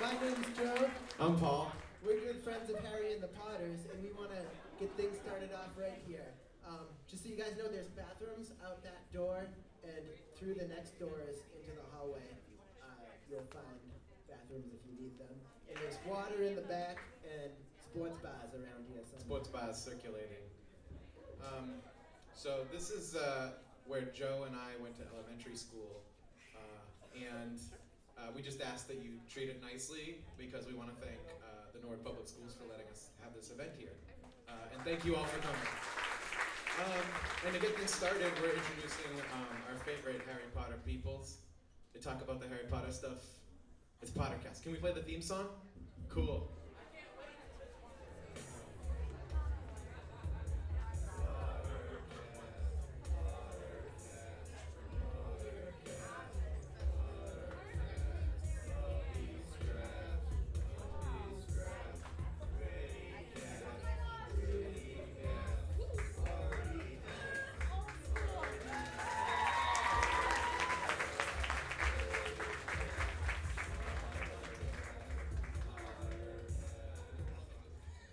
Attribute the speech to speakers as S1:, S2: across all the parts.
S1: My name's Joe.
S2: I'm Paul.
S1: We're good friends of Harry and the Potters, and we want to get things started off right here. Um, just so you guys know, there's bathrooms out that door, and through the next doors into the hallway, uh, you'll find bathrooms if you need them. And there's water in the back, and sports bars around here. Somewhere.
S2: Sports bars circulating. Um, so this is uh, where Joe and I went to elementary school, uh, and uh, we just asked that you treat it nicely because we want to thank uh, the Norwood Public Schools for letting us have this event here, uh, and thank you all for coming. Um, and to get things started, we're introducing um, our favorite Harry Potter peoples to talk about the Harry Potter stuff. It's Pottercast. Can we play the theme song? Cool.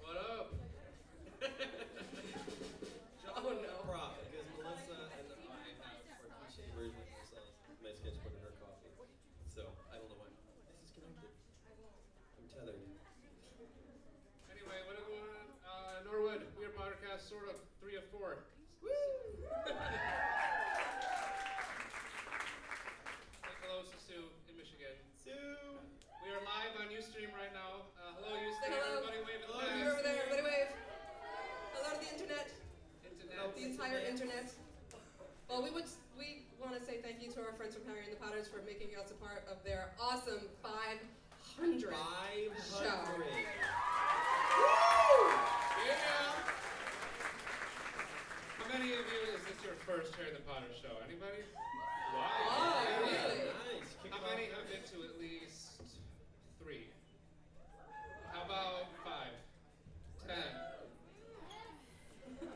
S3: What up?
S4: Oh,
S3: John now prop because Melissa and I have our cliche version of ourselves. My sketchbook and her coffee. So I don't know why this is connected. I'm tethered.
S5: Anyway, what up, everyone? Uh, Norwood, we are Pottercast, sort of three of four. Like hello, it's Sue in Michigan.
S3: Sue.
S5: We are live on Ustream right now. Uh, hello, Ustream,
S4: Hello.
S5: everybody wave at the
S3: Hello,
S5: back.
S4: You're over there, everybody wave. Hello to the internet,
S5: Internet.
S4: the entire internet. Well, we would we want to say thank you to our friends from Harry and the Potters for making us a part of their awesome 500.
S3: Five hundred.
S4: Show.
S5: Yeah! How many of you, is this your first Harry the Potter show? Anybody?
S4: Oh,
S5: Wow.
S4: really?
S3: Nice. Kick
S5: How
S3: off.
S5: many have been to at least three? How about five? Ten?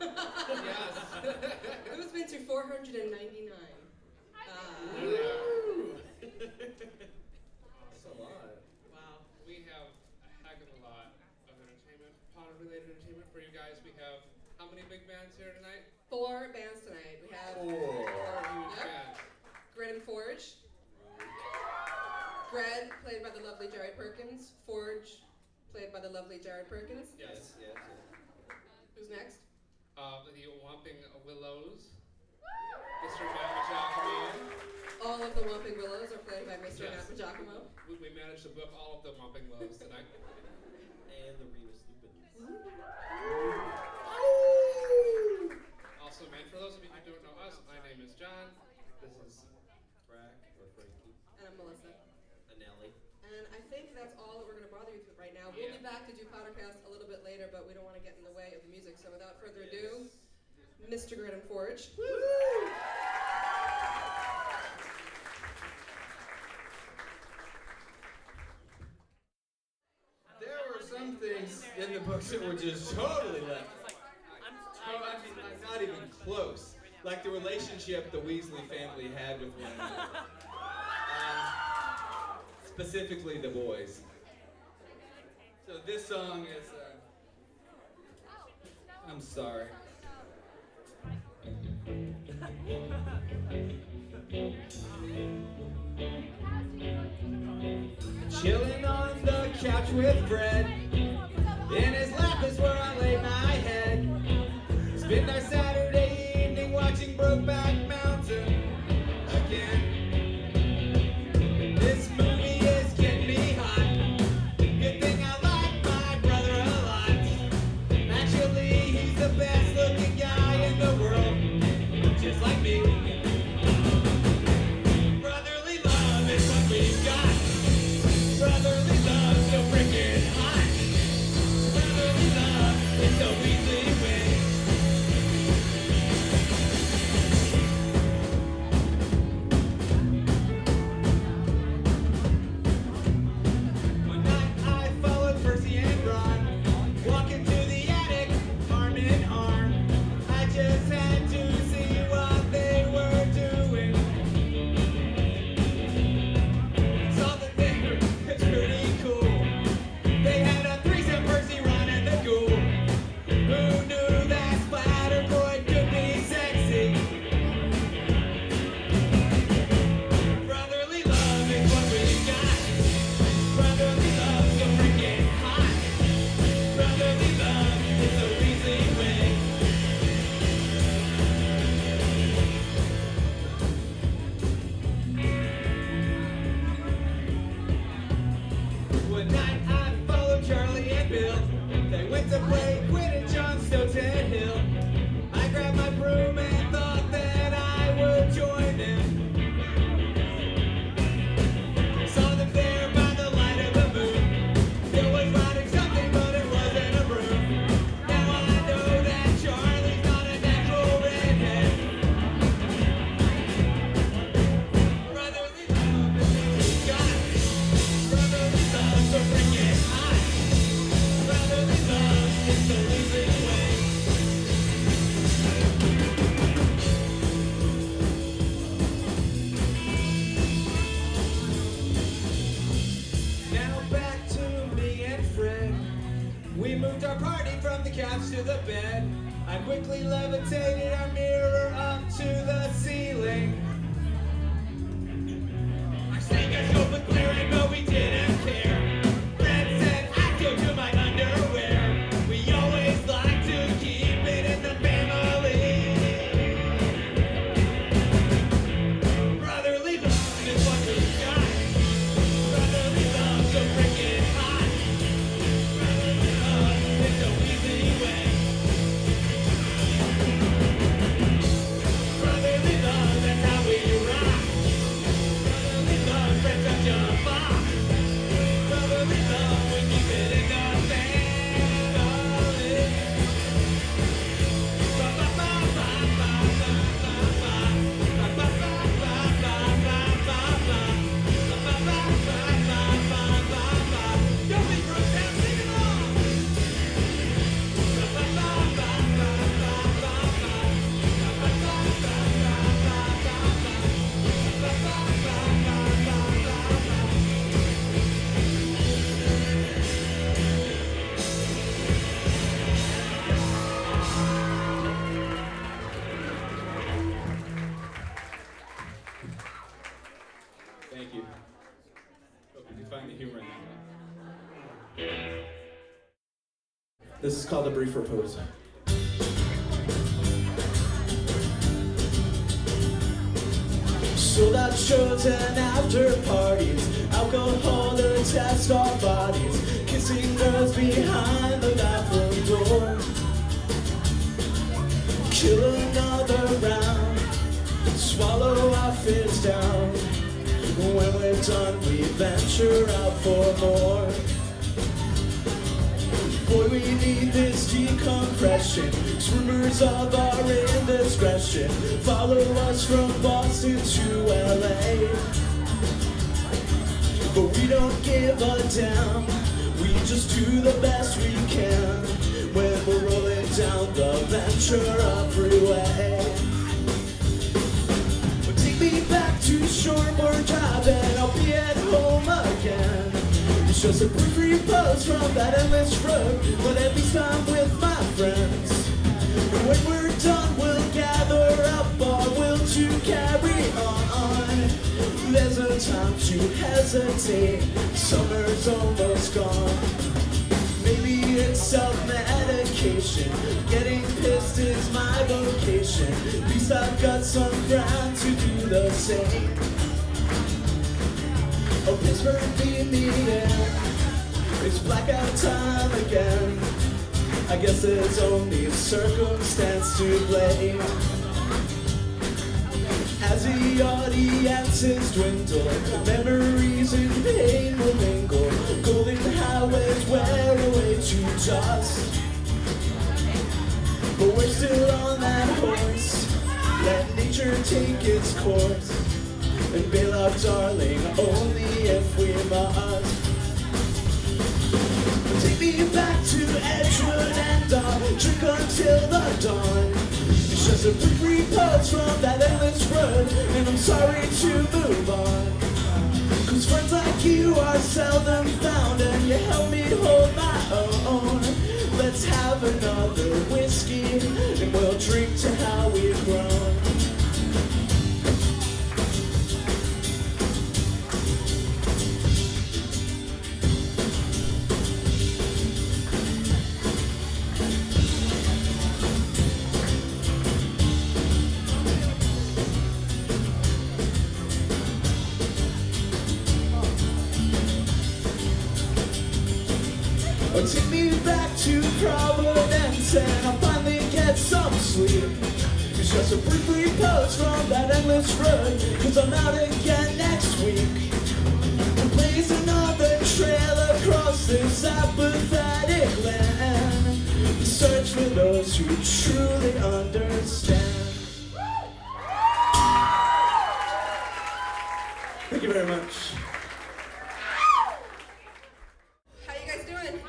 S5: yes.
S4: Who's been to 499? Uh,
S3: That's a lot.
S4: wow.
S5: We have a heck of a lot of entertainment, Potter related entertainment for you guys. We have how many big bands here tonight?
S4: Four bands tonight. We have
S3: Four.
S5: Huge
S4: Yep.
S5: bands.
S4: Gren and Forge. Gren, played by the lovely Jared Perkins. Forge, played by the lovely Jared Perkins.
S5: Yes.
S3: Yes. Yes. yes.
S4: Who's next?
S5: Uh, the Whomping Willows. Mr. Matt
S4: All of the Whomping Willows are played by Mr.
S5: Yes.
S4: Matt Giacomo.
S5: Giacomo. We, we managed to book all of the Whomping Willows tonight.
S3: And the Remus Lupin.
S5: also, man, for those of you who don't know us, my name is John. This is
S3: Frack or Frankie.
S4: And I'm Melissa.
S3: Anelli.
S4: And I think that's all that we're going to bother you with right now. We'll
S5: Yeah.
S4: be back to do Pottercast a little bit later, but we don't want to get in the way of the music. So without further ado, Mr. Grin and Forge.
S3: There were some things in the books that were just totally left. Oh, I mean, like, not even close. Like the relationship the Weasley family had with one another. Um, specifically the boys. So this song is. Uh, I'm sorry. Chilling on the couch with Fred. In his lap is where I lay my head. Spend our Saturday evening watching Brokeback Mountain again. This movie is getting me hot. Good thing I like my brother a lot. Actually, he's the best looking guy in the world, just like me. Brotherly love is what we've got. Brotherly love's so freaking hot. Brotherly love
S6: to the bed. I quickly levitated our mirror up to the ceiling. Our sneakers open clearing, but we didn't care. Fred said, I go to my underwear. We always like to keep it in the family. Brotherly love is what we got. Brotherly love's so freaking hot. Brotherly love is so easy way. Brotherly love, that's how we rock. Brotherly love, friends of Jafar. Brotherly love, we keep it in the family. Ba ba ba ba ba ba ba ba. Ba ba ba ba ba ba ba ba. Ba ba ba ba ba ba ba ba. Don't be grossed out, sing along. Ba ba ba ba ba ba ba ba. Ba ba ba ba ba ba ba ba. Ba ba ba ba ba ba ba.
S7: Thank you. Hope you can find the humor in that one.
S6: This is called a brief repose. So that and after parties, alcohol to test our bodies, kissing girls behind the bathroom door. Kill another round, swallow our fists down. When we're done, we venture out for more. Boy, we need this decompression. Rumors of our indiscretion follow us from Boston to LA. But we don't give a damn. We just do the best we can when we're rolling down the Ventura freeway. Well, Take me back to Shoreboard Drive and I'll be at home again. It's just a brief repose from that endless road, but at least I'm with my friends. And when we're done, we'll gather up our will to carry on. There's no time to hesitate, summer's almost gone. Maybe it's self-medication. Getting pissed is my vocation. At least I've got some ground to do the same. Oh, Pittsburgh beat me in. It's blackout time again. I guess there's only circumstance to blame. As the audiences dwindle, memories in pain will mingle. Golden highways wear away to dust. But we're still on that horse. Let nature take its course. And bail out, darling, only if we must. Take me back to Edgewood and on, drink until the dawn. It's just a brief repose from that endless road, and I'm sorry to move on. Cause friends like you are seldom found, and you help me hold my own. Let's have another whiskey, and we'll drink to how we've grown. Or take me back to Providence and I'll finally get some sleep. It's just a brief repose from that endless road, cause I'm out again next week. And blaze another trail across this apathetic land. And search for those who truly understand. Thank you very much.
S4: How you guys doing?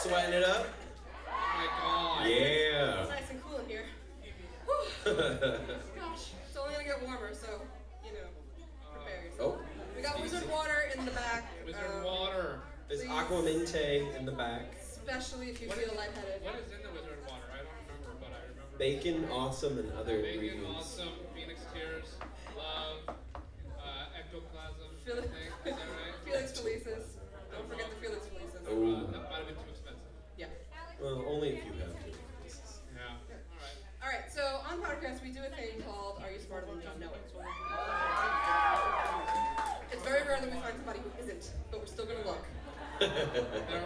S7: Sweating it up?
S5: Oh my god.
S7: Yeah.
S4: It's nice and cool in here. Whew. Gosh, it's only gonna get warmer, so you know,
S5: Uh,
S4: prepare yourself.
S7: Oh,
S4: We got
S7: Easy.
S4: wizard water in the back.
S5: Wizard
S4: um,
S5: water.
S7: there's
S4: Please.
S7: Aquaminte in the back.
S4: especially if you
S5: What
S4: feel
S5: is-
S4: lightheaded.
S5: What is in the wizard water? I don't remember, but I remember.
S8: Bacon, awesome, and other
S5: Bacon,
S8: ingredients.
S5: awesome, Phoenix tears, love, uh, ectoplasm.
S4: Fel-
S5: I think. Is that right?
S4: Felix Felices. Don't forget the Felix Felices.
S5: Uh,
S8: Ooh.
S5: that might have been too expensive.
S4: Yeah.
S8: Well, only if you have to.
S5: Yeah. All right.
S4: All right. So on podcasts, we do a thing called "Are You Smarter Than John Know It?" It's very rare that we find somebody who isn't, but we're still gonna look.
S5: There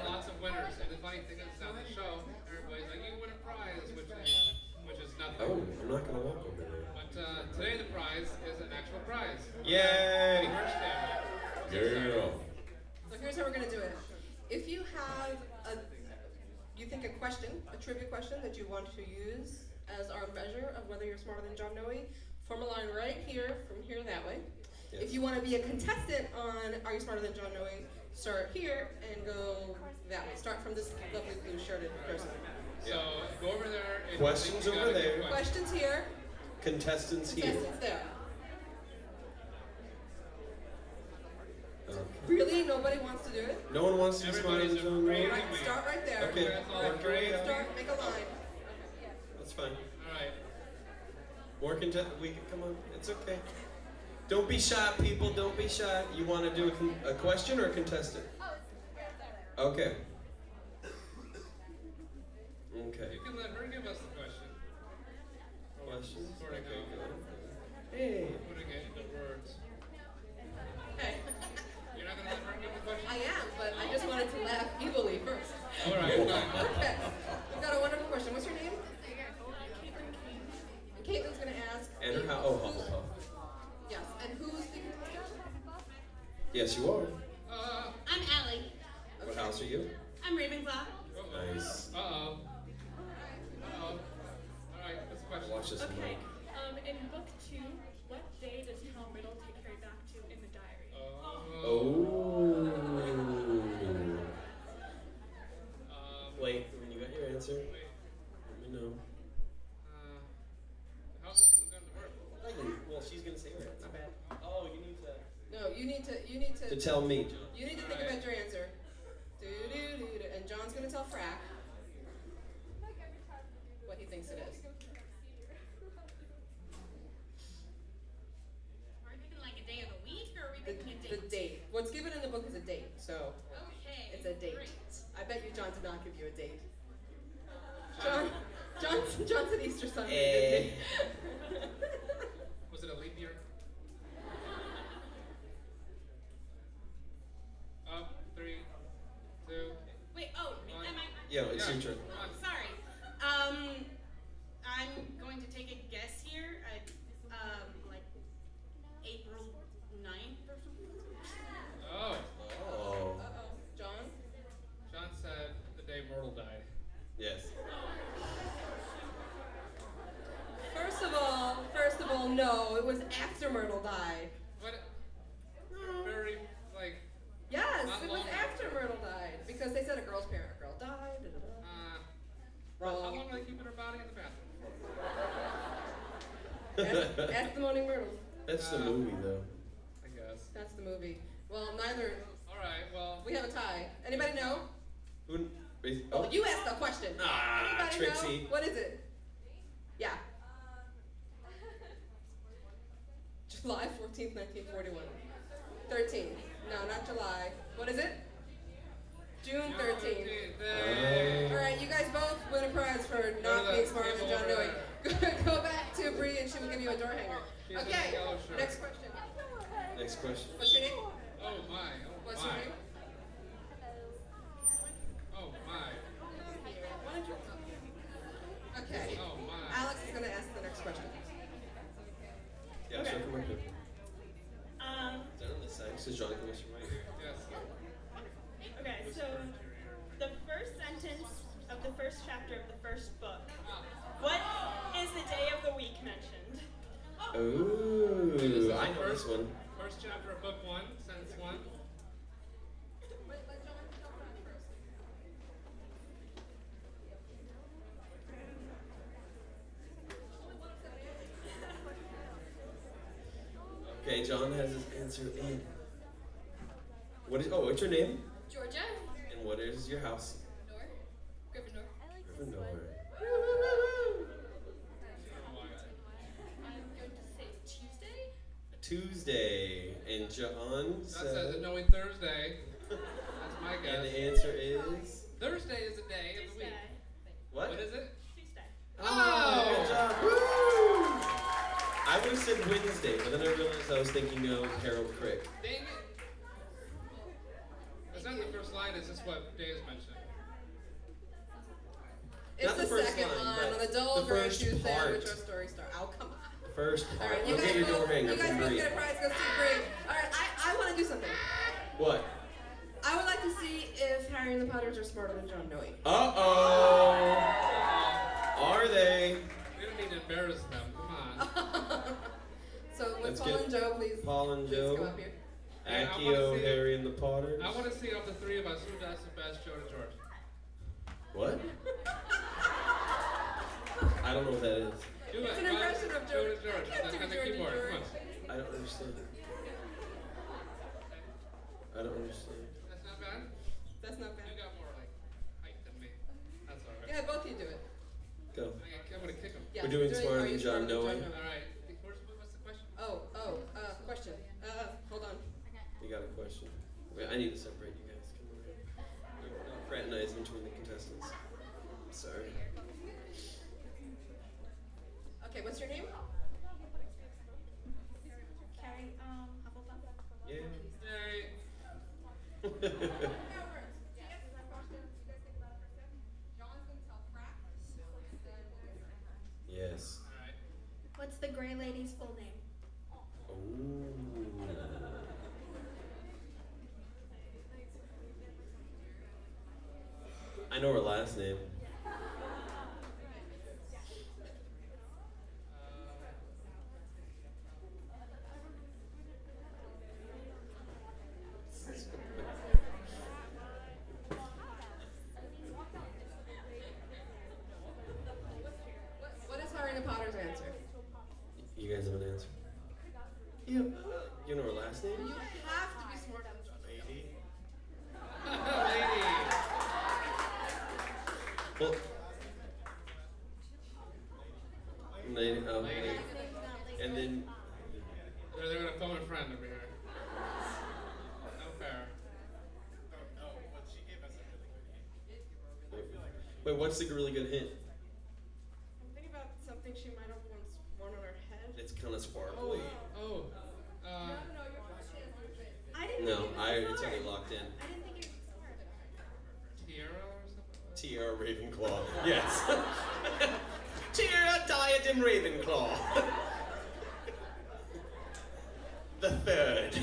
S5: are lots of winners, and the funny thing is, on the show, everybody's like, "You win a prize," which is, which is
S8: Oh,
S5: nothing.
S8: I'm not gonna walk over there.
S5: But uh, today the prize is an actual prize. Eddie
S8: Yay!
S5: Hirschman.
S8: Girl.
S4: So here's how we're gonna do it. If you have a, you think a question, a trivia question that you want to use as our measure of whether you're smarter than John Noe, form a line right here, from here that way. If
S8: Yes.
S4: you want to be a contestant on Are You Smarter Than John Noe, start here and go that way. Start from this lovely blue shirted person.
S5: So go over there. And
S8: Questions
S5: you gotta
S8: over
S5: do
S8: there.
S5: questions.
S4: Questions here,
S8: Contestants here.
S4: contestants there.
S8: Okay.
S4: Really, nobody wants to do it?
S8: No one wants to be smarter
S5: Everybody's
S8: than John
S5: afraid.
S8: Wayne.
S4: Right, start right there.
S8: Okay.
S5: All
S8: Work your way up.
S4: Start, make a line.
S8: That's fine.
S5: All right.
S8: More contest. We can come on. It's okay. Don't be shy, people. Don't be shy. You want to do a, con- a question or a contestant? Okay. Okay.
S5: You can let her give us the question.
S8: Questions.
S5: Sort of go.
S8: Hey.
S5: Put it in the words.
S4: Hey,
S5: You're not gonna let her give the
S4: I
S5: question.
S4: am, but I just wanted to laugh evilly first.
S5: All right. Fine.
S4: Perfect. We've got a wonderful question. What's your name? And Caitlin's gonna ask.
S8: And her
S4: who-
S8: how? Oh, Hufflepuff.
S4: Yes, and who's the contestant?
S8: Yes, you are.
S5: Uh
S9: I'm Allie.
S8: What house are you?
S9: I'm Ravenclaw.
S5: oh.
S8: Nice.
S5: Uh oh. Uh oh. All right. What's the question?
S8: Watch this
S10: Okay,
S8: mic.
S10: um, in book two, what day does Tom Riddle take her back to in the diary?
S5: Oh.
S8: Oh.
S5: Um,
S8: Wait. When you got your answer,
S5: wait.
S8: let me know.
S5: Uh, how's this even going to work?
S8: I can- Well, she's gonna say her answer. Oh, you need to.
S4: No, you need to, you need
S8: To tell me.
S4: You need to think about your answer. Do do do do. And John's gonna tell Frack what he thinks it is.
S9: Are we picking like a day of the week or are we
S4: The,
S9: picking a
S4: the
S9: date?
S4: date. What's given in the book is a date, so
S9: Okay.
S4: it's a date.
S9: great.
S4: I bet you John did not give you a date. John, John's, John's an Easter Sunday.
S8: Eh.
S4: isn't he?
S5: Was it a leap year? Up, three, two.
S9: Wait, oh,
S5: Fine.
S9: am I?
S8: Yeah, it's your turn.
S5: come on.
S9: Sorry. Um, I'm going to take a guess here. I, um, like April 9th or something.
S5: Oh,
S8: Oh.
S4: Uh-oh. John?
S5: John said the day Myrtle died.
S8: Yes.
S4: First of all, first of all, no, it was after Myrtle died.
S5: What? Very like.
S4: Yes,
S5: Not
S4: it was
S5: long
S4: after Myrtle died because they said a girl's parent, a girl died. Da, da, da.
S5: Uh, uh-huh. how long
S4: Wrong.
S5: were they keeping her body in the bathroom for?
S4: That's, that's the Moaning Myrtle.
S8: That's the movie, though.
S5: I guess.
S4: That's the movie. Well, neither.
S5: All right. Well.
S4: We have a tie. Anybody know?
S8: Who? is-
S4: Oh,
S8: Oh,
S4: you asked the question.
S8: Ah,
S4: Anybody
S8: Trixie.
S4: know? What is it? Yeah. July 14th, 1941. 13. No, not July. What is it? June
S5: Hey.
S4: 13th. All right, you guys both win a prize for not being smarter than John Doe. Go back to Bree and she will give you a door hanger.
S5: She's in
S4: Okay,
S5: the yellow shirt.
S4: next question.
S8: Next question.
S4: What's your name?
S5: Oh my. Oh
S4: What's
S5: my.
S4: your name?
S5: Oh my.
S4: Why don't you- Okay.
S5: Oh my.
S4: Alex is going to ask the next question.
S8: Yeah, sure. Come on. here.
S10: Um,
S8: Is that on the side? This is John. Come on.
S5: Yes.
S10: okay, so the first sentence of the first chapter of the first book. What is the day of the week mentioned?
S8: Oh, I know this one.
S5: First chapter of book one, sentence one.
S8: Okay, John has his answer in. What is? Oh, what's your name?
S9: Georgia.
S8: And what is your house?
S9: Nor.
S8: from nowhere. Tuesday, and John
S5: That says
S8: said,
S5: it knowing Thursday. That's my
S8: and
S5: guess.
S8: the answer is
S5: Thursday is a day of the week.
S8: what?
S5: What is it?
S10: Tuesday.
S8: Oh, good job. Woo! I would have said Wednesday, but then I realized I was thinking of Harold Crick.
S5: Dang it. That's not the first line, it's just what Day is mentioned.
S4: It's
S8: Not
S4: the,
S8: the first
S4: second
S8: line,
S4: line on
S8: but
S4: the Dole
S8: the
S4: Over
S8: first
S4: Tuesday,
S8: part.
S4: which our story star. Oh, come on.
S8: First
S4: All
S8: part.
S4: right, you
S8: Go
S4: guys,
S8: get your door
S4: both,
S8: hanger
S4: you guys
S8: from
S4: both
S8: Bree.
S4: get a prize. Go see Bree. All right, I, I want to do something.
S8: What?
S4: I would like to see if Harry and the Potters are smarter than John Noe.
S8: Uh oh. Are they?
S5: We don't need to embarrass them. Come on.
S4: so when
S8: That's
S4: Paul
S8: good.
S4: and Joe, please,
S8: Paul and
S4: please come
S8: Joe,
S4: up here.
S5: Yeah, I
S8: Aki
S5: wanna see-
S8: Harry, and the Potters.
S5: I want to see of the three of us who does the best Jonah George.
S8: What? I don't know what that is.
S5: Do
S4: It's
S5: it.
S4: an impression
S5: Jonah
S4: of George.
S5: George.
S4: I can't
S5: That's
S4: do
S5: on the
S4: George and
S5: keyboard. Come on.
S4: George.
S8: I don't understand. I don't understand.
S5: That's not bad.
S4: That's not
S5: You
S4: bad.
S5: got more like height than me. That's all right.
S4: Yeah, both of you do it.
S8: Go.
S5: I got- I'm gonna kick him.
S4: Yeah,
S8: We're doing
S4: do it.
S8: Smarter
S4: Are
S8: Than
S4: you
S8: John Noe.
S4: smarter Noe?
S5: All right. Where's- What's the question?
S4: Oh, oh, uh, question. Uh, hold on.
S8: You got a question? Wait, I need to separate you guys. Come over here. We're not fraternizing between the contestants. Sorry.
S4: Okay, what's your name?
S10: Carrie, um, Hufflepuff.
S8: Yeah.
S5: Yay.
S8: yes.
S5: All right.
S10: What's the Grey Lady's full name?
S8: Oh. I know her last name.
S4: What, what is Harry and the Potter's answer?
S8: You guys have an answer? Yeah. You know her last name?
S4: You have to be smarter than John Noe.
S8: Lady.
S5: Lady.
S8: Well. Lady. Oh, lady. And then.
S10: Um,
S5: They're, they're gonna phone a friend over here. No fair.
S8: Wait, what's the really good hint?
S4: I'm thinking about something she might have once worn on her head.
S8: It's kind of sparkly.
S5: Oh. Uh,
S4: no, your question is
S10: I didn't
S8: No,
S10: think it was
S8: I already
S10: smart.
S8: totally locked in.
S10: I didn't think it was smart.
S5: Tierra or something?
S8: T.R. Ravenclaw. Yes. T.R. Diadem Ravenclaw. the third.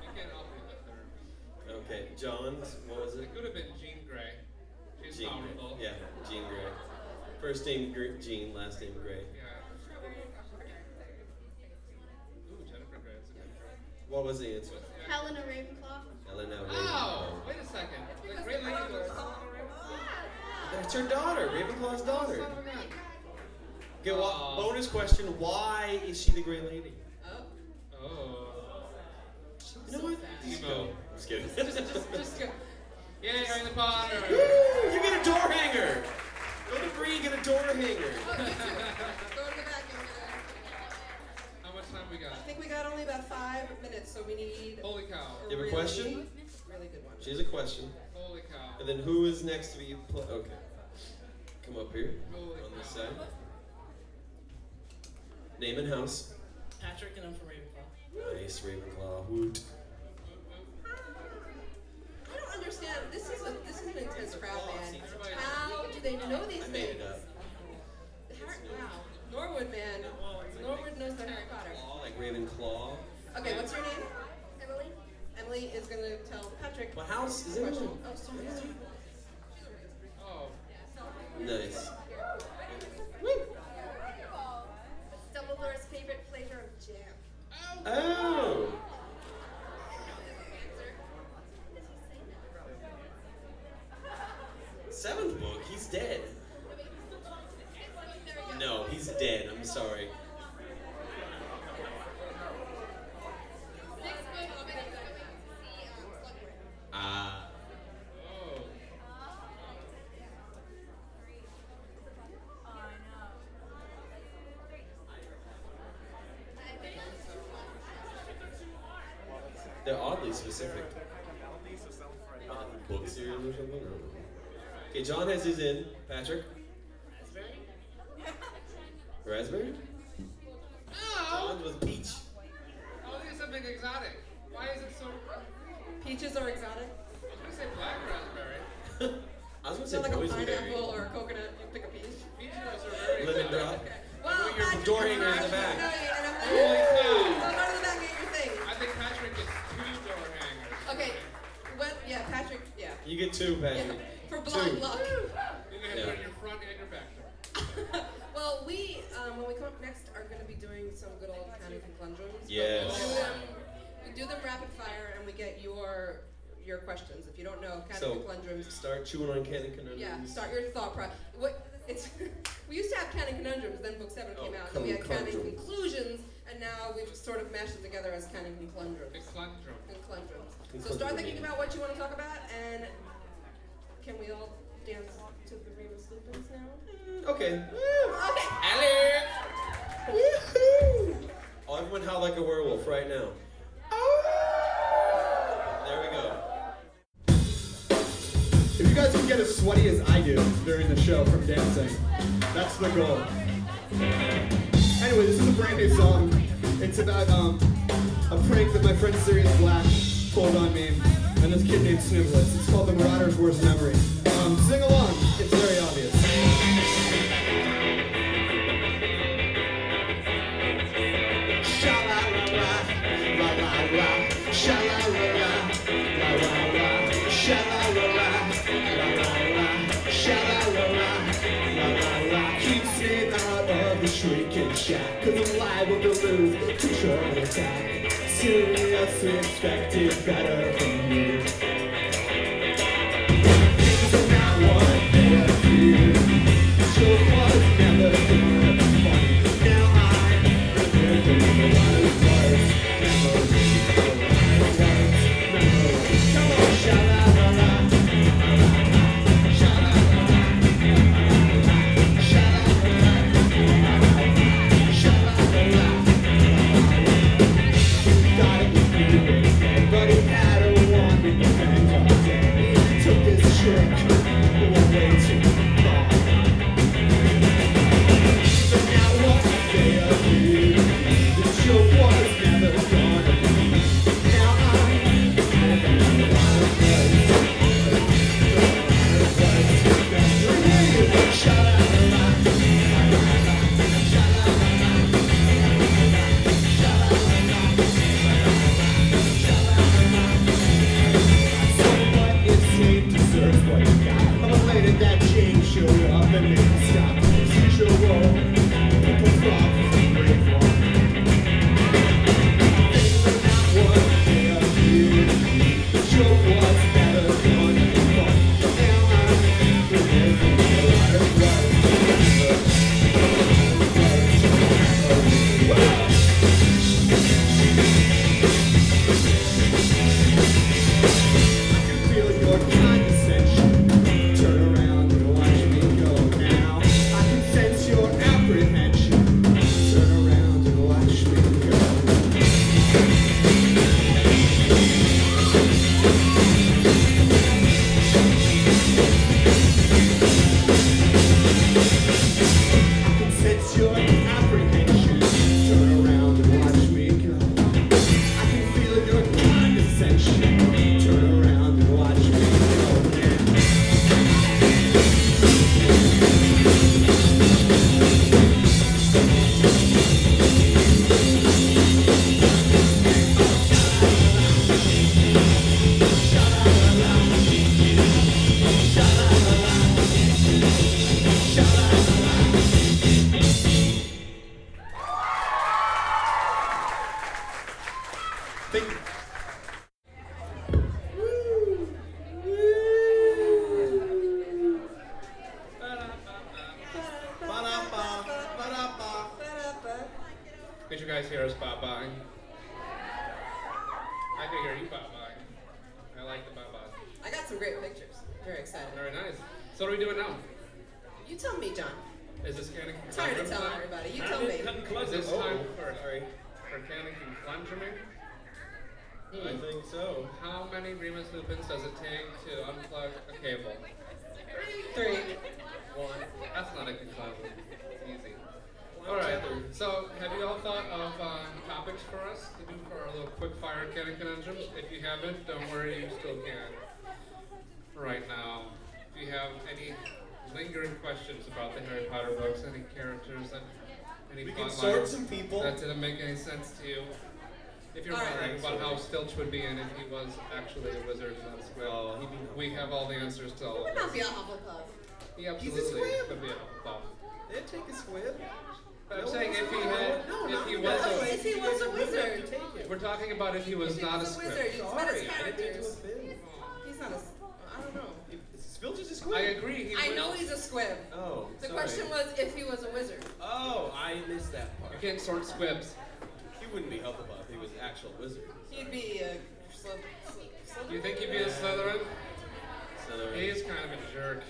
S5: You can't all be the third.
S8: okay, John's, what was it?
S5: It could have been Jean Grey. She's
S8: Jean Grey.
S5: powerful.
S8: Yeah, Jean Grey. First name Gr- Jean, last name Grey.
S5: Yeah. Ooh, Jennifer Grey. That's a good one.
S8: What was the answer?
S5: What's the
S10: Helena Ravenclaw.
S8: Elena
S5: Oh,
S8: Ravenclaw.
S5: wait a second. The
S4: because
S5: Grey
S4: the
S5: Lady
S4: Potters
S5: was. Oh,
S4: are smarter than John Noe.
S8: That's her daughter, Ravenclaw's daughter.
S5: my God.
S8: Okay, well,
S5: Aw.
S8: bonus question why is she the Grey Lady?
S4: Oh.
S5: Oh.
S8: You know what? Just
S5: Emo.
S8: go. Just kidding.
S4: just, just go.
S5: Yay, Harry the Potter!
S8: Woo! You get a door hanger. Go to Bree, get a door hanger.
S4: Oh, you too. Go to the back. over there.
S5: How much time we got?
S4: I think we got only about five minutes, so we need a
S5: Holy cow.
S8: Oh, You have a
S4: really,
S8: question?
S4: really good one.
S8: She has a question,
S5: Holy cow.
S8: and then who is next to be pl- okay? Come up here
S5: Holy
S8: on this
S5: cow.
S8: side. Name and house.
S11: Patrick and I'm from Ravenclaw.
S8: Nice Ravenclaw. Woot.
S4: I don't understand. This is a, this is an intense crowd, man.
S5: Everybody-
S4: How do they know these
S8: I made
S4: things?
S8: it up.
S4: Harry, wow. Norwood, man. Norwood knows the Harry Potter.
S8: Claw, like Ravenclaw.
S4: Okay, what's your name?
S10: Emily.
S4: Emily is gonna tell Patrick.
S8: My house is
S4: a
S8: in.
S4: question. Oh, sorry. sorry.
S5: Oh.
S8: Nice.
S10: Dumbledore's favorite flavor of jam.
S8: Oh. Seventh book. He's dead. No, he's dead. I'm sorry. Ah.
S5: Oh.
S8: They're oddly specific. Book series or something? I don't know. Okay, John has his in. Patrick?
S11: Raspberry?
S8: Raspberry?
S5: Oh!
S8: John was peach.
S5: Oh, there's something exotic. Why is it so.
S4: Peaches are exotic.
S5: I was gonna say black raspberry.
S8: I was gonna
S4: It's not
S8: say
S4: like a
S8: boysenberry.
S4: pineapple or a coconut. You pick a peach.
S5: Peaches are very
S8: Lemon
S5: exotic.
S8: drop.
S4: Well,
S5: your
S4: Patrick,
S8: door hanger in the back.
S4: No, you- and I'm not-
S5: Holy cow.
S4: Well, go to the back and get your thing.
S5: I think Patrick gets two door hangers.
S4: Okay. What? Yeah, Patrick. Yeah.
S8: You get two,
S4: Yeah.
S8: Patrick.
S4: For blind
S8: Two.
S4: luck.
S5: You're gonna have
S8: Yeah.
S5: one in your front and your back door.
S4: Well, we um, when we come up next are going to be doing some good old county conundrums. but
S8: Yes.
S4: We do, them, we do them rapid fire, and we get your your questions. If you don't know county
S8: So-
S4: conundrums,
S8: Start chewing on candy conundrums.
S4: Yeah, start your thought process. What it's we used to have canon conundrums, then book seven
S8: Oh,
S4: came out, and we had canon
S8: conundrum.
S4: conclusions, and now we've sort of mashed it together as canon conundrums
S5: It's like drum.
S4: and conundrums.
S8: Conundrum.
S4: So start thinking about what you want to talk about, and can we all dance to the Remus Lupins now?
S8: Okay.
S4: Okay.
S8: Alex! Woohoo! Oh, everyone howl like a werewolf right now. There we go.
S7: If you guys can get as sweaty as I do during the show from dancing, that's the goal. Anyway, this is a brand new song. It's about um, a prank that my friend Sirius Black pulled on me and this kid named Snivellus. It's called The Marauder's Worst Memory. Um, sing along, it's very obvious. Keeps me out of the shrinking shack Cause I'm liable to lose control and attack Seriously expected better from you Things are not what they appear So it was never gonna be funny Now I'm remembering the worst, worst memories The worst, worst memories Come on, sha-la-la-la Thought it was pretty big, but it had a one in the bank all day. It took this trick one way too far. So now what they are doing, the joke was never gonna be. Now I'm living in my place. Shut up. Someone is saying deserves what you got. I'm elated that Jane showed up and made it stop. As usual, people flop for the brave one. Things are not what they appear. The joke was never gonna be funny. Now I'm remembering a lot of what was. feel your condescension. Turn around and watch me go now. I can sense your apprehension. Turn around and watch me go. I can sense your apprehension. Turn around and watch me go. I can feel your condescension. Turn around and watch me go now. Think. Ba-da-ba, ba-da-ba.
S5: Could you guys hear us bop buying? I could hear you bop buying. I like the bop buying.
S4: I got some great pictures. Very excited.
S5: Very nice. So what are we doing now?
S4: You tell me, John.
S5: Is this canon conundrum?
S4: Tired of telling
S5: time?
S4: everybody. You tell me.
S5: Is this
S8: Oh,
S5: time for,
S8: sorry.
S5: for canon conundruming?
S8: I think so.
S5: How many Remus Lupins does it take to unplug a cable?
S4: Three.
S5: One. That's not a good puzzle. It's easy. All right. So, have you all thought of um, topics for us to do for our little quick fire canon conundrums? If you haven't, don't worry, you still can. Right now, do you have any lingering questions about the Harry Potter books? Any characters? Any, any
S8: We can
S5: plot
S8: sort
S5: lines
S8: some people.
S5: That didn't make any sense to you. If you're
S4: All right.
S5: wondering about how Filch would be in if he was actually a wizard in that
S8: Oh,
S5: squirrel, we have all the answers to all
S4: What
S5: of
S4: about
S5: this.
S4: the Hufflepuff?
S5: He absolutely would be a Hufflepuff.
S8: They take a squib.
S5: But I'm
S8: No
S5: saying
S8: one's
S5: if he
S8: gonna-
S5: had,
S8: no,
S5: if
S8: not
S5: he
S8: in
S5: was
S8: that
S5: a,
S8: way.
S4: If he was a wizard.
S8: Take it.
S5: we're talking about if he was
S4: If he
S5: not
S4: was a
S5: script.
S4: wizard, it's about his
S8: Sorry, I didn't do a
S4: characters.
S8: bib.
S4: He's not a. s- I don't know.
S8: If- Spilge is a squib.
S5: I agree. He
S4: I
S5: would-
S4: know he's a squib.
S8: Oh,
S4: The
S8: sorry.
S4: question was if he was a wizard.
S8: Oh, I missed that
S5: You
S8: part.
S5: can't sort squibs.
S8: He wouldn't be Hufflepuff. if He was an actual wizard.
S4: He'd be a slip.
S5: Do you think he'd be a Slytherin?
S8: So there
S5: He is kind of a jerk.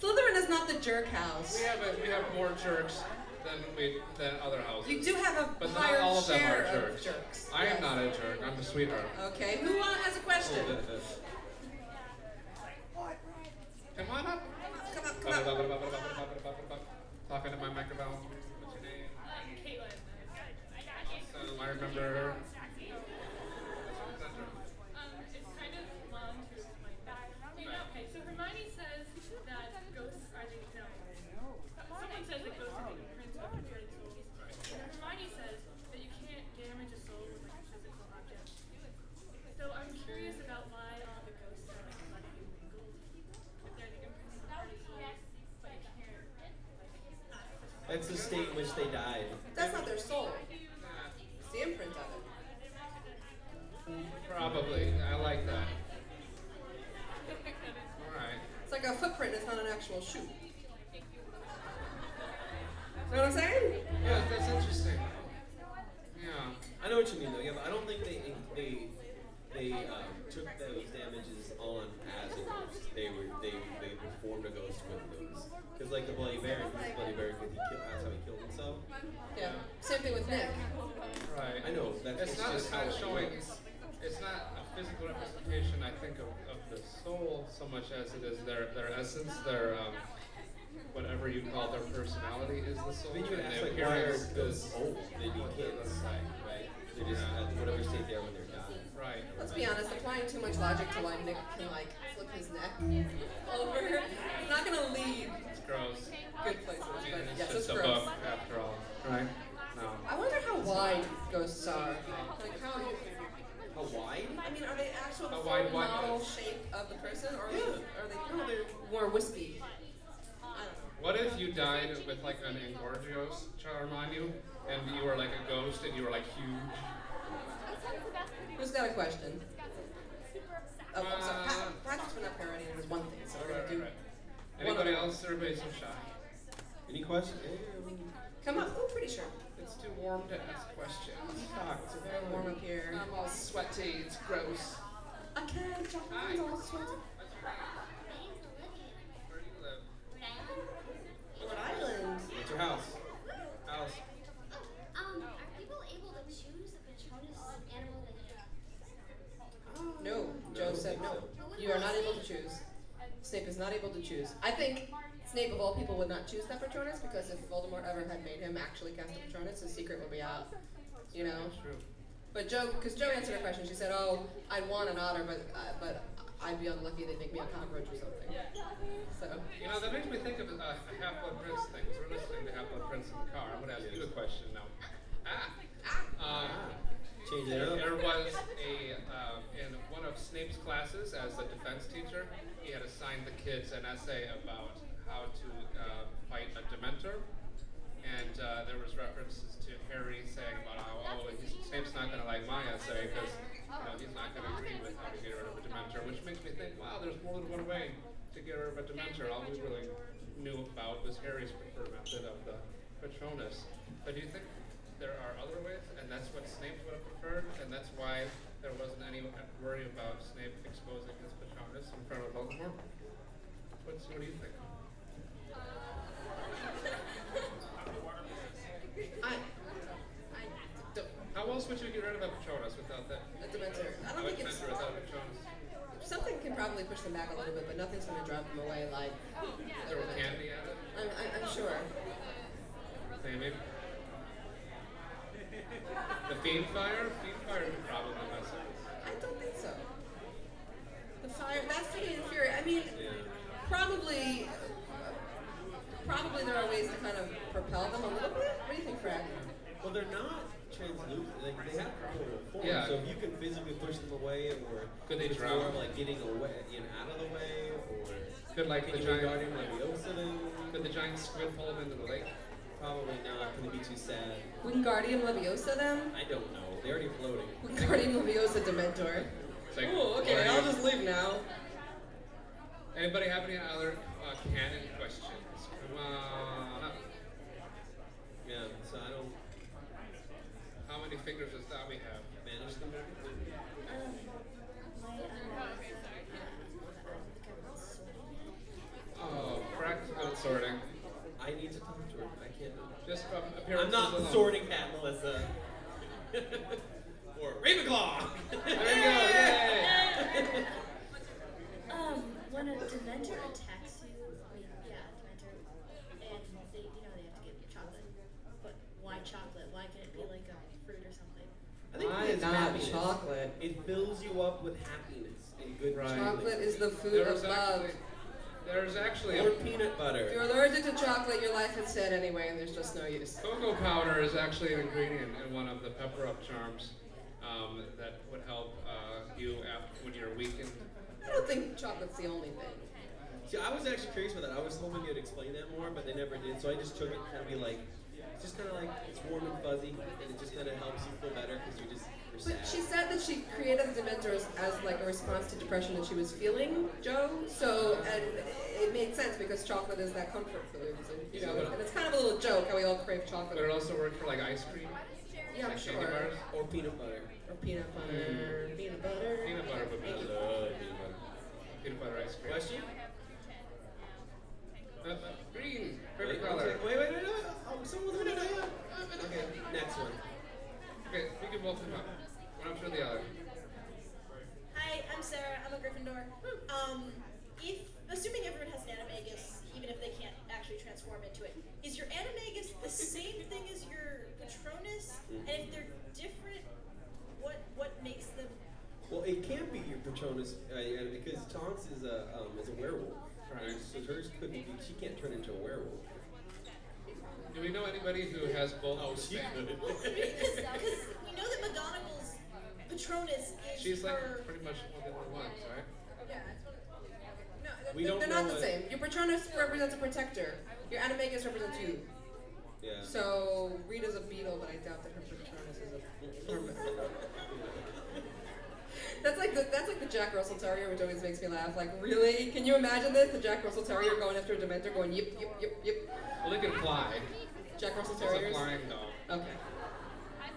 S4: Slytherin is not the jerk house.
S5: We have a, we have more jerks than we than other houses.
S4: You do have a
S5: but
S4: higher
S5: not all of them
S4: share
S5: are
S4: of
S5: jerks.
S4: jerks.
S5: I
S4: Yes.
S5: am not a jerk. I'm a sweetheart.
S4: Okay, who wa- has a question?
S5: Come on up.
S4: Come up, come up.
S5: Talking to my microphone. What's your name? So I remember.
S8: That's the state in which they died.
S4: That's not their soul. It's the imprint of it.
S5: Probably. I like that. All right.
S4: It's like a footprint. It's not an actual shoe. Know what I'm saying?
S5: Yeah, that's interesting. Yeah.
S8: I know what you mean though. Yeah, but I don't think they they they um, took those damages on as a ghost. They were they they performed a ghost with those. Because like the Bloody Mary, he was Bloody Mary because he killed. That's how he killed himself.
S4: Yeah. Same thing with Nick.
S5: Right.
S8: I know. That's
S5: It's not,
S8: just
S5: it's not
S8: how it
S5: showing.
S8: works.
S5: It's not a physical representation. I think of, of the soul so much as it is their their essence, their um, whatever you call their personality is the soul.
S8: Then you would
S5: and
S8: ask
S5: their
S8: like why are
S5: appearance
S8: those
S5: is-
S8: old? They be
S5: what they
S8: kids,
S5: look like.
S8: right? They're just at whatever state they are when they're dying.
S5: Right.
S4: Let's be honest. Applying too much logic to why Nick can like flip his neck over. It's not gonna lead
S5: It's gross.
S4: good places.
S5: I mean,
S4: But
S5: it's
S4: yes, it's
S5: just a
S4: gross.
S5: book after all, right? No.
S4: I wonder how wide ghosts are. Like how.
S8: Hawaii?
S4: I mean, are they actual
S5: How
S4: full
S5: wide- wide
S4: model
S5: ghosts?
S4: shape of the person, or are they,
S8: No,
S4: are they
S8: they're
S4: more wispy? I don't know.
S5: What if you died with like an Engorgios charm on you, and you were like a ghost, and you were like huge?
S4: Who's got a question? Oh, I'm sorry.
S5: Uh,
S4: Pat, Pat's been up here already and there's one thing, so we're
S5: Right,
S4: gonna do.
S5: right.
S4: one
S5: Anybody
S4: of-
S5: else? Everybody's so shy.
S8: Any questions? Yeah, I mean,
S4: Come up. Oh, pretty sure.
S5: It's too warm to ask questions.
S8: talk. It's
S4: Very warm up here.
S5: I'm all sweaty. It's gross.
S4: I can't jump.
S5: Hi.
S4: I'm all sweaty.
S5: Where do you live?
S4: Rhode Island.
S8: What's your house? House.
S10: Oh,
S4: No, Joe said no. You are not able to choose. Snape is not able to choose. I think Snape, of all people, would not choose that Patronus because if Voldemort ever had made him actually cast a Patronus, his secret would be out. You know?
S5: True.
S4: But Joe, because Joe answered a question, she said, "Oh, I'd want an otter, but uh, but I'd be unlucky they make me a cockroach or something." So
S5: You know, that makes me think of uh, a Half Blood Prince thing. 'cause we're listening to Half Blood Prince in the car. I'm going to ask you a question now. Ah. Um,
S8: Change it up.
S5: There was a um, in one of Snape's classes as a defense teacher. He had assigned the kids an essay about how to uh, fight a Dementor, and uh, there was references to Harry saying about how oh he's, Snape's not going to like my essay because you know, he's not going to agree with how to get rid of a Dementor, which makes me think wow there's more than one way to get rid of a Dementor. All we really knew about was Harry's preferred method of the Patronus. But do you think there are other ways, and that's what Snape would have preferred, and that's why there wasn't any worry about Snape exposing his Patronus in front of Voldemort. What's, what do you think?
S4: I I don't.
S5: How How else would you get rid of a Patronus without that?
S4: A Dementor. I don't
S5: a
S4: think it's-
S5: Dementor without a Patronus.
S4: Something can probably push them back a little bit, but nothing's going to drive them away like.
S5: Throw candy at it.
S4: I'm, I'm, I'm sure.
S5: Maybe. The Fiend Fire? Fiend Fire would probably mess up.
S4: I don't think so. The fire, that's taking and fury. I mean, probably, probably there are ways to kind of propel them a little bit. What do you think, Frank?
S8: Well, they're not translucent. Like they have colorful form.
S5: Yeah.
S8: So if you can physically push them away, or
S5: Could they
S8: if it's
S5: drown?
S8: more of, like getting away, you know, out of the way, or
S5: Could, like,
S8: can
S5: the
S8: you
S5: giant-
S8: Guardian Leviosa them?
S5: Could the giant squid pull them into the lake?
S8: Probably not. Can it be too sad?
S4: Wingardium Leviosa, then?
S8: I don't know. They're already floating.
S4: Wingardium Leviosa Dementor.
S5: It's like,
S4: Oh, okay,
S5: Gloria-
S4: I'll just leave now.
S5: Anybody have any other uh, canon questions? Uh, Come on up.
S8: Yeah. So I don't
S5: How many fingers does that we have?
S8: manage them.
S5: Oh, practical sorting.
S8: I need to talk to her. I can't.
S5: Just from appearances
S8: I'm not the
S5: alone.
S8: sorting hat, Melissa. or Ravenclaw.
S5: There you go, yay!
S12: Um, when a dementor attacks you, I mean, yeah, a dementor, and they, you know, they have to give you chocolate. But why chocolate? Why can't it be like a fruit or something?
S8: I think
S4: Why
S8: it's
S4: not
S8: happiness.
S4: chocolate?
S8: It fills you up with happiness and good
S5: Right.
S4: Chocolate is the food
S5: There is
S4: of love.
S5: actually, there's actually
S8: or
S5: a
S8: peanut
S4: If you're
S8: butter.
S4: allergic to chocolate, your life is set anyway, and there's just no use.
S5: Cocoa powder is actually an ingredient in one of the pepper up charms um, that would help uh, you after, when you're weakened.
S4: I don't think chocolate's the only thing.
S8: See, I was actually curious about that. I was hoping you'd explain that more, but they never did. So I just took it and be like, it's just kind of like it's warm and fuzzy, and it just kind of helps you feel better because you just you're sad.
S4: But she said that she created the Dementors as like a response to depression that she was feeling, Joe. So and it made sense because chocolate is that comfort food, so, you know. And it's kind of a little joke how we all crave
S5: But it
S4: chocolate.
S5: also worked for like ice cream,
S4: Yeah, I'm
S5: like
S4: sure.
S5: candy bars. Mm.
S8: or peanut butter.
S4: Or peanut butter, peanut butter.
S5: Peanut butter would be
S8: I love peanut butter.
S5: peanut butter ice cream.
S8: Question?
S5: Uh, uh, green,
S8: Wait,
S5: perfect color.
S8: wait, wait, wait, no, Oh, someone's gonna die. Okay, next one.
S5: Okay, we can both them up. One after the other.
S10: Hi, I'm Sarah. I'm a Gryffindor.
S12: Hmm.
S10: Um, if assuming everyone has an animagus, even if they can't actually transform into it, is your animagus the same thing as your patronus?
S5: Mm-hmm.
S10: And if they're different, what what makes them?
S8: Well, it can't be your Patronus uh, yeah, because Tonks is a um, is a werewolf. Right. So hers couldn't be. She can't turn into a werewolf.
S5: Do we know anybody who has
S7: Oh,
S5: both?
S3: Oh,
S8: Oh,
S5: the same?
S10: Because we know that McGonagall's patronus is
S5: She's like
S10: her.
S5: pretty much one of the only ones, right?
S4: Yeah. No,
S8: We
S4: they're,
S8: don't
S4: they're not
S8: know
S4: the
S8: what-
S4: same. Your Patronus represents a protector. Your Animagus represents you.
S8: Yeah.
S4: So Rita's a beetle, but I doubt that her Patronus is a. That's like the that's like the Jack Russell Terrier, which always makes me laugh. Like, really? Can you imagine this? The Jack Russell Terrier going after a Dementor, going yip yip yip yip.
S5: Well, they can fly.
S4: Jack Russell
S5: It's a
S4: Terriers.
S5: flying dog
S4: Okay.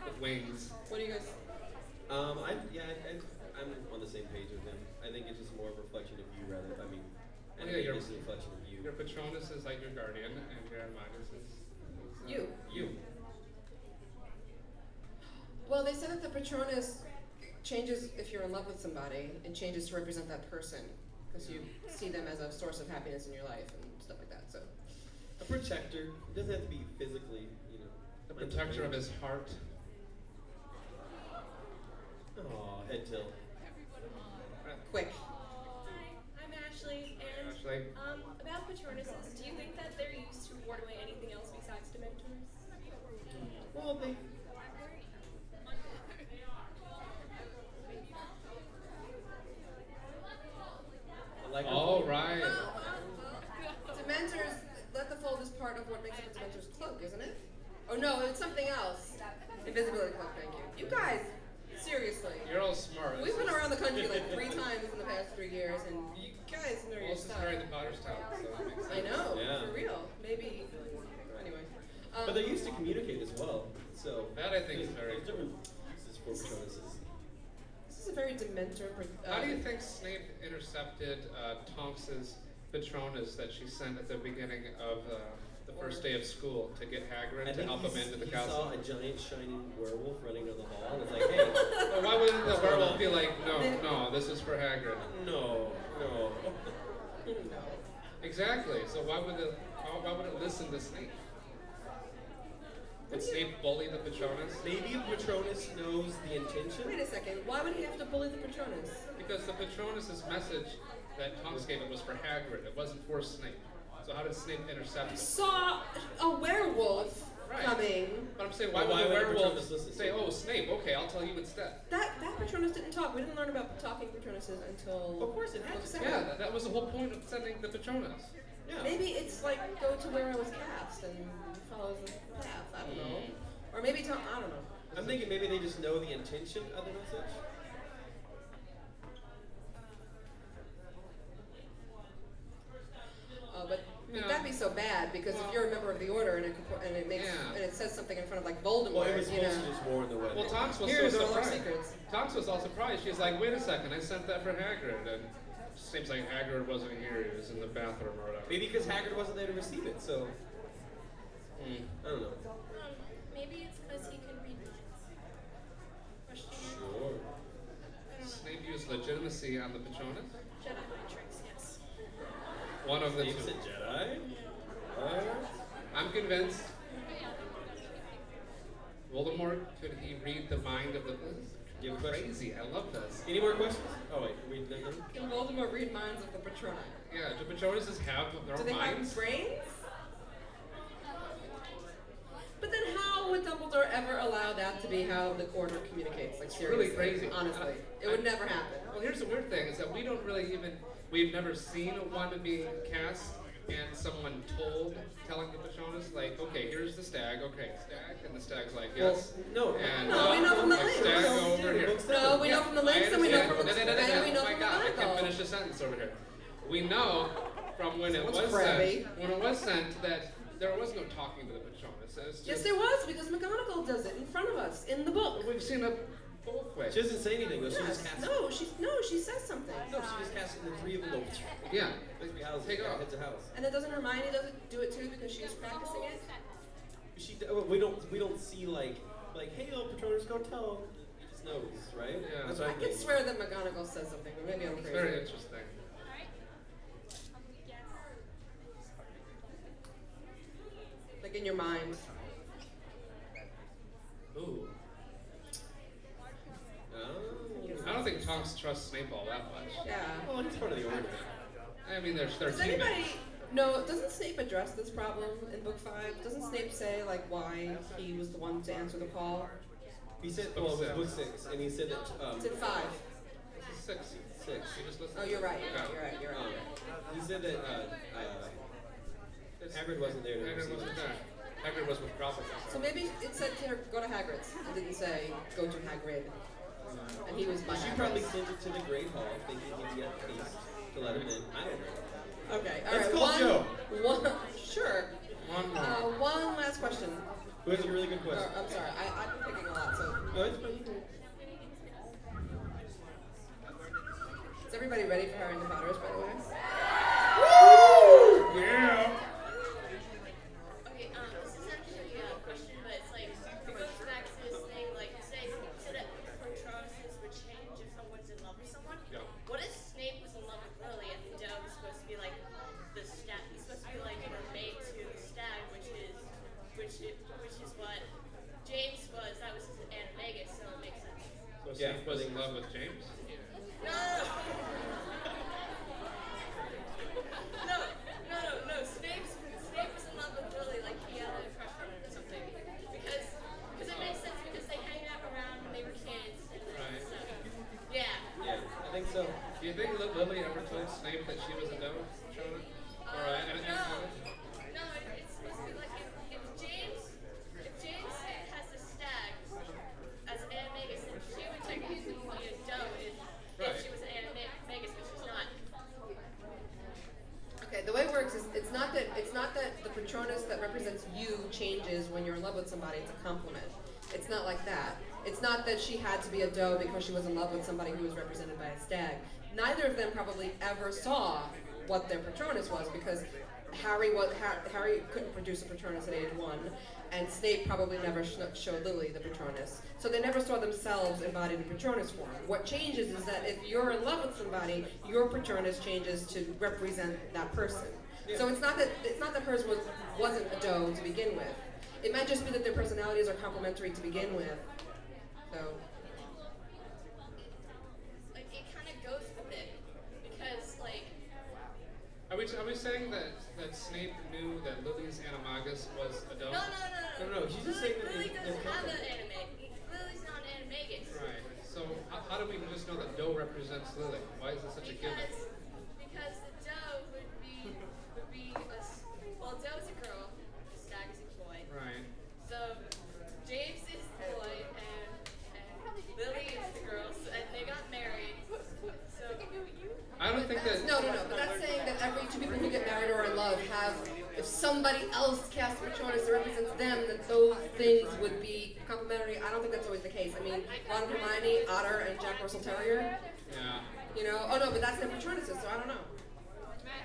S5: with wings.
S4: What do you guys?
S8: Um, I yeah, I, I, I'm on the same page with him. I think it's just more of a reflection of you rather. I mean, I
S5: Yeah,
S8: think
S5: you're-
S8: it's just a reflection of you.
S5: Your Patronus is like your guardian, and your Magus is. is, uh,
S4: You.
S8: You.
S4: Well, they said that the Patronus changes if you're in love with somebody. It changes to represent that person because you see them as a source of happiness in your life and stuff like that. So
S8: A protector. It doesn't have to be physically, you know.
S5: The protector of his heart.
S8: Oh, head tilt.
S4: quick.
S10: Hi, I'm Ashley, and
S5: Ashley.
S10: um, about patronuses, do you think that they're used to ward away anything else besides dementors?
S8: Well, they. I Like
S5: All right.
S4: Dementors. Let the fold is part of what makes up a Dementor's cloak, isn't it? Oh no, it's something else. Invisibility cloak. Thank you. You guys, seriously.
S5: You're all smart.
S4: We've been around the country like three times in the past three years, and you guys know
S5: Well,
S4: your
S5: this is
S4: stuff.
S5: Harry the Potter's town, so that makes
S4: I
S5: sense.
S4: know,
S8: Yeah.
S4: for real. Maybe. Anyway. Um,
S8: But they used to communicate as well, so.
S5: That I think is
S8: there's-
S5: very
S8: there's different uses for Patronuses.
S4: This is a very Dementor. per- Uh,
S5: How do
S8: Um,
S5: you think Snape intercepted uh, Tonks's Patronus that she sent at the beginning of uh, the first day of school to get Hagrid
S8: I
S5: to
S8: think
S5: help him
S8: he's-
S5: into the
S8: he
S5: castle?
S8: saw a giant shining werewolf running down the hall,
S5: this is for Hagrid.
S8: No, no.
S5: Exactly. So why would it? Why, why would it listen to Snape? Did Snape bully the Patronus?
S8: Maybe Patronus knows the intention.
S4: Wait a second. Why would he have to bully the Patronus?
S5: Because the Patronus's message that Tonks gave it was for Hagrid. It wasn't for Snape. So how did Snape intercept it?
S4: Saw a werewolf
S5: Right.
S4: coming.
S5: But I'm saying, why,
S8: Well, why
S5: would the
S8: would the
S5: werewolf
S8: Patronus listen to
S5: say,
S8: Snape?
S5: "Oh, Snape, okay, I'll tell you instead"?
S4: That that Patronus didn't talk. We didn't learn about talking Patronuses until.
S8: Of course it had to
S5: Yeah, that, that was the whole point of sending the Patronus.
S8: Yeah.
S4: Maybe it's like go to where I was cast and follows the path. I don't know. Or maybe Tom. I don't know.
S8: I'm thinking maybe they just know the intention of the message.
S4: Uh, but
S5: Yeah.
S4: that'd be so bad because if you're a member of the order and it compor- and it makes
S5: Yeah.
S4: and it says something in front of like Voldemort,
S8: Well, it was
S4: you know.
S8: supposed to just warn the wedding.
S5: Well, Tonks was
S4: Here's
S5: so
S4: all our
S5: surprised.
S4: secrets.
S5: Tonks was all surprised. She's like, "Wait a second, I sent that for Hagrid," and it seems like Hagrid wasn't here. He was in the bathroom or whatever.
S8: Maybe because Hagrid wasn't there to receive it, so
S5: Mm.
S8: I don't know.
S12: Um, maybe it's because he can read minds. Question it. I
S8: Sure.
S12: don't know.
S5: Snape used legitimacy on the Patronus.
S12: Jedi mind tricks, yes.
S5: One of the two.
S8: Snape's a Jedi.
S5: I'm convinced Voldemort could he read the mind of the
S8: You have a question?
S5: crazy. I love this.
S8: Any more questions? Oh wait, we did them.
S4: Can Voldemort read minds of the Patronus?
S5: Yeah, do Patronuses have their
S4: Do they
S5: minds?
S4: have brains? But then how would Dumbledore ever allow that to be how the order communicates? Like seriously,
S5: really crazy.
S4: honestly,
S5: I-
S4: it would
S5: I-
S4: never happen.
S5: Well, here's the weird thing is that we don't really even we've never seen a wanda being cast and someone told telling the Patronas like, okay, here's the stag, okay, stag, and the stag's like, yes.
S8: No.
S5: and um,
S4: No, we know from the
S5: like,
S4: list.
S5: stag
S4: No,
S5: over here.
S4: No, we know from the links and we know from the
S5: No, no, no, no,
S4: and we know
S5: Oh my
S4: from the
S5: God, I can't
S4: Bible.
S5: finish a sentence over here. We know from when it
S4: Someone's
S5: was
S4: crabby.
S5: sent, when it was sent that there was no talking to the Patronas. It was
S4: Yes,
S5: just-
S4: there was because McGonagall does it in front of us in the book.
S5: We've seen it both ways.
S8: She doesn't say anything though. She
S4: Yes.
S8: just casts.
S4: No, she no, she says something.
S8: No, she just casts it and the three of them. Go,
S5: yeah,
S8: basically, houses.
S5: take off.
S8: Head to house.
S4: And then doesn't Hermione doesn't do it too because she's practicing it?
S8: She. d- oh, We don't. We don't see like like hey, old Patronus, go tell. He just knows, right?
S5: Yeah.
S8: That's what
S4: I
S8: I'm
S4: can
S8: thinking.
S4: swear that McGonagall says something, but maybe I'm
S5: It's
S4: crazy.
S5: very interesting.
S4: Like in your mind.
S8: Ooh.
S5: I
S8: Oh.
S5: don't think Tonks trusts Snape all that much.
S4: Yeah.
S8: Well, he's part of the order.
S5: I mean, there's 13.
S4: Does anybody no, doesn't Snape address this problem in book five? Doesn't Snape say like why he was the one to answer the call?
S8: He said,
S5: Book
S8: well, it was
S5: six.
S8: book six, and he said that. Um,
S4: It's in five.
S5: It's Six.
S8: Six.
S5: You just listened.
S4: Oh you're right,
S5: Yeah.
S4: you're right, you're right.
S8: Um, he said that uh, uh, Hagrid wasn't there to
S5: Hagrid
S8: receive
S5: wasn't
S8: it.
S5: there. Hagrid was with Profit.
S4: So maybe it said to her, go to Hagrid's. It didn't say go to Hagrid. And he was by
S8: She
S4: Hagrid's.
S8: probably sent it to the Great Hall, thinking he'd get a piece to let him in. I don't know.
S4: Okay, all
S8: Let's
S4: right.
S8: call
S4: one,
S8: Joe.
S4: one, sure.
S5: One
S4: Uh,
S5: more.
S4: one last question.
S8: Who has a really good
S4: Or,
S8: question?
S4: I'm sorry, I, I've been picking a lot, so
S8: No, it's fine.
S4: is everybody ready for Harry and the Potterers, by the way?
S5: Yeah.
S10: Okay, um, this is actually a question, but it's like, it goes back to this thing, like, say, so that Patronuses would change if someone's in love with someone.
S5: Yeah.
S10: What if Snape was in love with Lily and the dove is supposed to be like the stag? He's supposed to be like her mate to the stag, which is, which is, which is what James was. That was his animagus, so it makes sense.
S5: So
S8: Yeah.
S5: Snape was in love with James.
S10: No! no, no, no, no. Snape's, Snape was in love with Lily, like he had a crush on her or something. Because, because it makes sense because they hang out around when they were kids and then
S5: Right.
S10: so. Yeah.
S8: Yeah, I think so.
S5: Do you think Li- Lily ever told Snape that she was a devil? Jonah? Or uh,
S10: no,
S5: an antagonist?
S10: no, it, it's supposed to be like if, if James, if James has a stag as an animagus, then she would technically be a doe if, if
S5: Right.
S10: she was an animagus, but she's not.
S4: Okay, the way it works is it's not that it's not that the Patronus that represents you changes when you're in love with somebody. It's a compliment. It's not like that. It's not that she had to be a doe because she was in love with somebody who was represented by a stag. Neither of them probably ever saw what their Patronus was because Harry was ha- Harry couldn't produce a Patronus at age one, and Snape probably never sh- showed Lily the Patronus, so they never saw themselves embodied in Patronus form. What changes is that if you're in love with somebody, your Patronus changes to represent that person. So it's not that it's not that hers was wasn't a doe to begin with. It might just be that their personalities are complementary to begin with. So
S10: Like it kind of goes with it because like
S5: Are we, are we saying that, that Snape knew that Lily's animagus was a
S10: no
S5: dove?
S10: no no
S5: No, no, he's just saying that
S10: Lily
S5: they-
S10: doesn't
S5: they're
S10: have an
S5: coupled.
S10: anime. Lily's not an animagus.
S5: Right. So how, how do we just know that Doe represents Lily? Why is it such a given?
S10: Because because the doe would be would be a s- well doe's a girl, the stag is a boy.
S5: Right.
S10: So James is the boy and, and Lily is the girl, so- and they got married. So
S5: I don't think that.
S4: No, no, no. But that's saying that every two people who get married or in love have, if somebody else casts Patronus that represents them, that those things would be complementary. I don't think that's always the case. I mean, Ron and Hermione, Otter, and Jack Russell Terrier.
S5: Yeah.
S4: You know, oh no, but that's their Patronuses, so I don't know.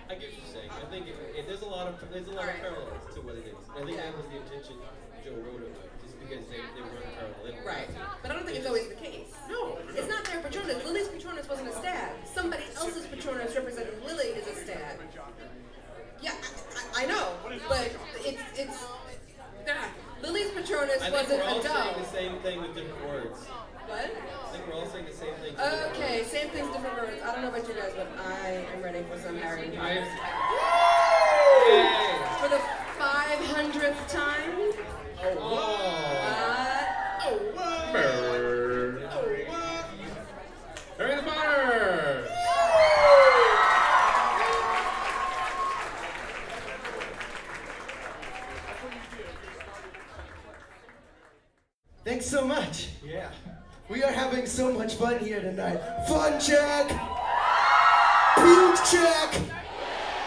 S8: I get what you're saying. I think it, it, there's a lot of there's a lot of parallels to what it is. I think that was the intention Joe wrote about, just because they, they run parallel.
S4: Right. But I don't think it's always the case.
S8: No.
S4: It's not their Patronus. Lily's Patronus wasn't a stag. Somebody else's Patronus representing Lily is a stag. Yeah, I, I, I know, but it's it's. Ah, Lily's Patronus
S8: I think
S4: wasn't
S8: we're all
S4: a dove.
S8: saying the same thing with different words.
S4: What?
S8: I think we're all saying the same thing.
S4: Okay, same things, different words. I don't know about you guys, but I am ready for some Harry Potter. For the 500th time.
S8: Oh,
S4: Uh, oh,
S5: Bird. Harry Potter!
S1: Thanks so much. Yeah. We are having so much fun here tonight. Fun check! Puke check!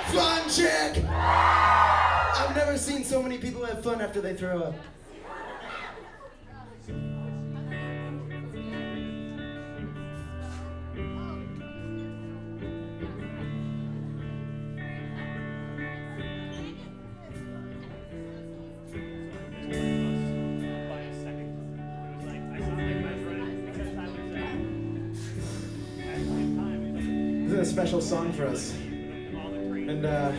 S1: Fun check! I've never seen so many people have fun after they throw up.
S6: This is a special song for us. And uh,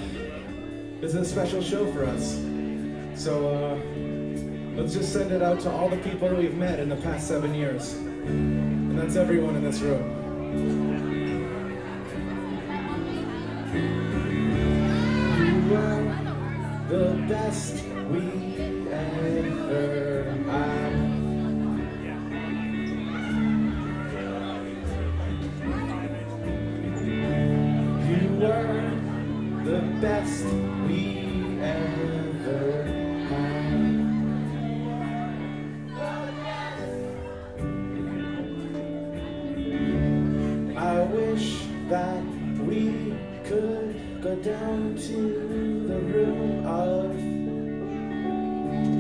S6: this is a special show for us. So uh, let's just send it out to all the people we've met in the past seven years. And that's everyone in this room. You were the best we ever had. You were the best we ever had. I wish that we could go down to the room of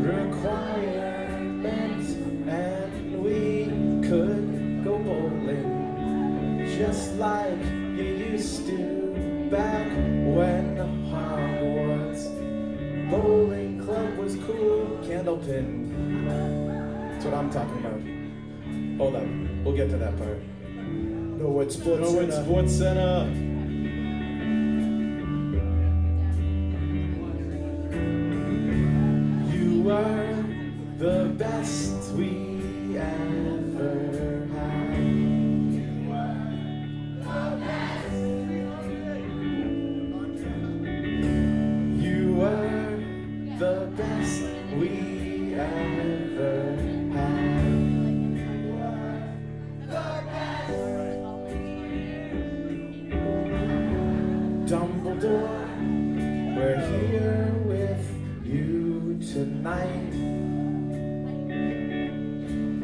S6: requirements and we could go bowling just like you used to back when Hogwarts Bowling Club was cool. Candlepin. That's what I'm talking about. Hold up, we'll get to that part. Norwood Sports Norwood Center. Sports Center. You were the best we ever had. You were the best we ever had. Dumbledore, we're here with you tonight.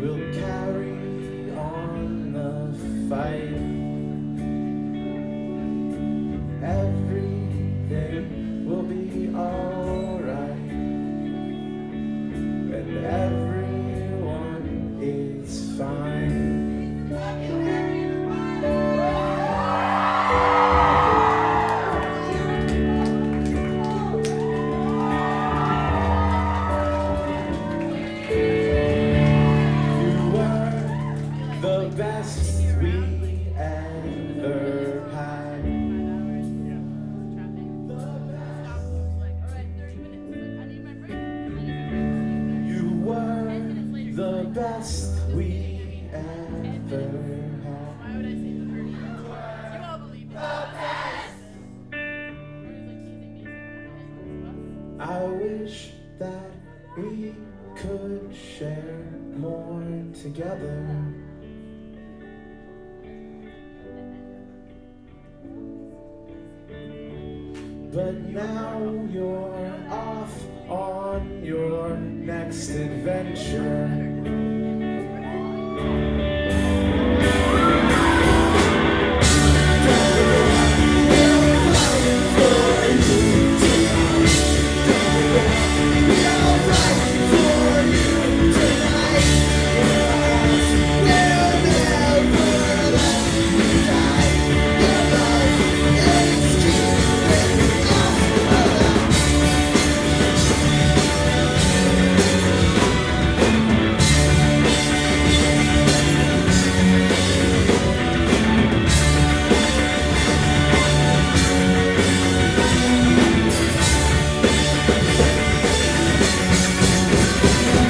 S6: We'll carry. best we ever had. You were the best we ever had. I wish that we could share more together. But now you're off on your next adventure.
S7: Just got one more.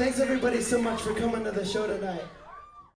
S6: Thanks everybody so much for coming to the show tonight.